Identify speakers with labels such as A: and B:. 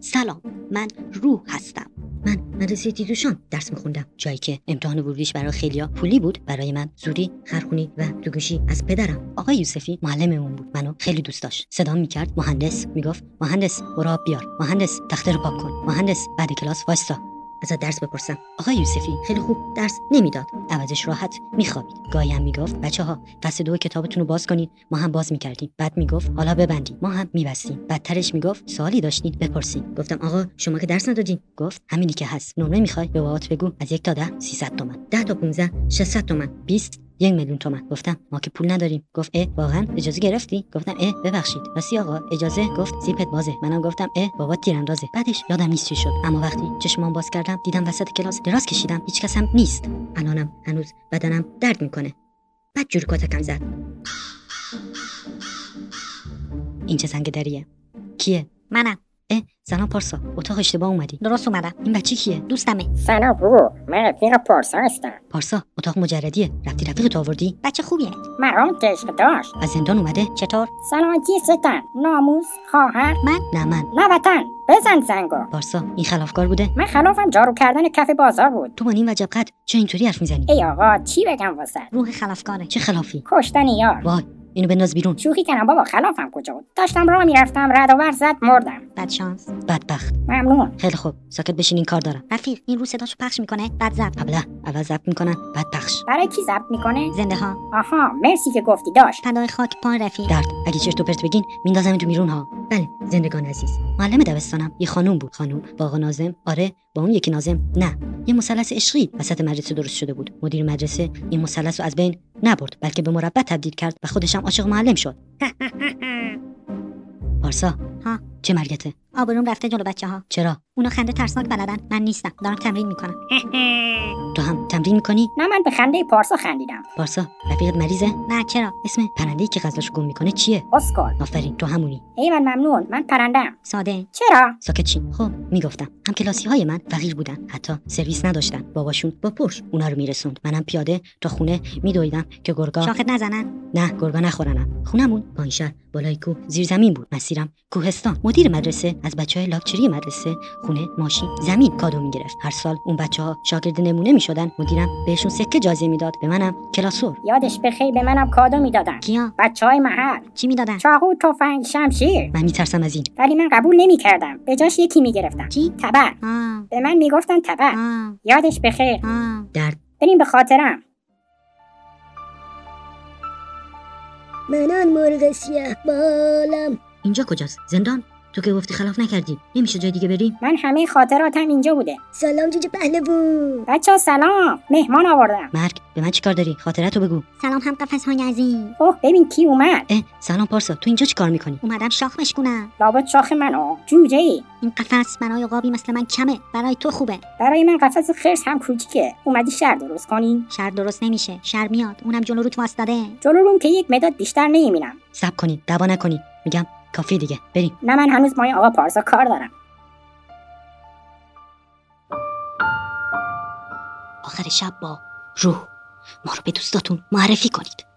A: سلام من روح هستم
B: من مدرسه تیتوشان درس میخوندم جایی که امتحان ورودیش برای خیلیا پولی بود برای من زوری خرخونی و دوگوشی از پدرم آقای یوسفی معلممون بود منو خیلی دوست داشت صدا میکرد مهندس میگفت مهندس برا بیار مهندس تخته رو پاک کن مهندس بعد کلاس وایستا ازت درس بپرسم آقای یوسفی خیلی خوب درس نمیداد عوضش راحت میخوابید گاهی هم میگفت بچه ها فصل دو کتابتون رو باز کنید ما هم باز میکردیم بعد میگفت حالا ببندید ما هم میبستیم بدترش میگفت سوالی داشتید بپرسید گفتم آقا شما که درس ندادین گفت همینی که هست نمره میخوای به بابات بگو از یک تا ده 300 تومن 10 تا 15 600 تومن 20 یک میلیون تومن گفتم ما که پول نداریم گفت اه واقعا اجازه گرفتی گفتم اه ببخشید راستی آقا اجازه گفت زیپت بازه منم گفتم اه بابا تیراندازه بعدش یادم نیست چی شد اما وقتی چشمان باز کردم دیدم وسط کلاس دراز کشیدم هیچ کس هم نیست الانم هنوز بدنم درد میکنه بعد جور کتکم زد این چه زنگ دریه کیه منم اه سلام پارسا اتاق اشتباه اومدی درست اومدم این بچه کیه دوستمه
C: سلام بو من رفیق پارسا هستم
B: پارسا اتاق مجردیه رفتی رفیقتو آوردی
A: بچه خوبیه
C: مرام عشق داشت
B: از زندان اومده چطور
C: سلامتی ستن ناموس خواهر
B: من نه من
C: نه وطن بزن زنگو
B: پارسا این خلافکار بوده
C: من خلافم جارو کردن کف بازار بود
B: تو با نیم وجب قد چه اینطوری حرف میزنی
C: ای آقا چی بگم واسه
A: روح خلافکاره
B: چه خلافی
C: کشتن یار
B: وای اینو بنداز بیرون
C: شوخی کنم بابا خلافم کجا بود داشتم راه میرفتم رد و ور زد مردم
A: بد شانس
B: بدبخت
C: ممنون
B: خیلی خوب ساکت بشین این کار دارم
A: رفیق این رو صداشو پخش میکنه بعد زب
B: ابله اول ضبط میکنن بعد پخش
C: برای کی ضبط میکنه
A: زنده ها
C: آها مرسی که گفتی داشت
A: پدای خاک پان رفیق
B: درد اگه چرت و پرت بگین میندازم تو میرون ها
A: بله
B: زندگان عزیز معلم دبستانم یه خانوم بود خانوم با آقا نازم آره با اون یکی نازم نه یه مثلث عشقی وسط مدرسه درست شده بود مدیر مدرسه این مثلث رو از بین نبرد بلکه به مربع تبدیل کرد و خودش هم عاشق معلم شد پارسا
A: ها
B: چه مرگته
A: آبروم رفته جلو بچه ها
B: چرا
A: اونا خنده ترسناک بلدن من نیستم دارم تمرین میکنم
B: تو هم تمرین میکنی
C: نه من به خنده پارسا خندیدم
B: پارسا رفیقت مریضه
A: نه چرا
B: اسم پرنده‌ای که غذاش گم میکنه چیه
C: اسکل
B: آفرین تو همونی
C: ای من ممنون من پرندم
A: ساده
C: چرا
B: ساکت شین خب میگفتم هم کلاسی های من فقیر بودن حتی سرویس نداشتن باباشون با پرش اونا رو میرسوند منم پیاده تا خونه میدویدم که گرگا
A: شاخت نزنن
B: نه گرگا نخورنم خونمون با این شهر بالای کوه زیر زمین بود مسیرم کوهستان مدیر مدرسه از بچه های لاکچری مدرسه خونه ماشین زمین کادو میگرفت هر سال اون بچه ها شاگرد نمونه میشدن مدیرم بهشون سکه جایزه میداد به منم کلاسور
C: یادش بخیر به منم کادو میدادن
A: کیا
C: بچه های محل
A: چی میدادن
C: چاقو تفنگ شمشیر
B: من میترسم از این
C: ولی من قبول نمیکردم به جاش یکی میگرفتم
A: کی؟
C: تبر
A: آه
C: به من میگفتن تبر
A: آه
C: یادش بخیر
A: آه
B: درد
C: بریم به خاطرم
D: من آن مرغ سیه بالم
B: اینجا کجاست زندان تو که گفتی خلاف نکردی نمیشه جای دیگه بریم
C: من همه خاطراتم اینجا بوده
D: سلام جوجه پهلوون
C: بچه سلام مهمان آوردم
B: مرگ به من چیکار داری خاطرتو بگو
A: سلام هم قفس های عزیز
C: اوه ببین کی اومد
B: اه سلام پارسا تو اینجا چیکار میکنی
A: اومدم شاخ بشکونم
C: لابد شاخ من آ جوجه ای
A: این قفس برای قابی مثل من کمه برای تو خوبه
C: برای من قفس خرس هم کوچیکه اومدی شهر درست کنی
A: شر درست نمیشه شر میاد اونم جلو روت واسداده
C: جلو روم که یک مداد بیشتر نمیبینم
B: سب کنید دعوا نکنید میگم کافی دیگه بریم
C: نه من هنوز مای آقا پارسا کار دارم
A: آخر شب با روح ما رو به دوستاتون معرفی کنید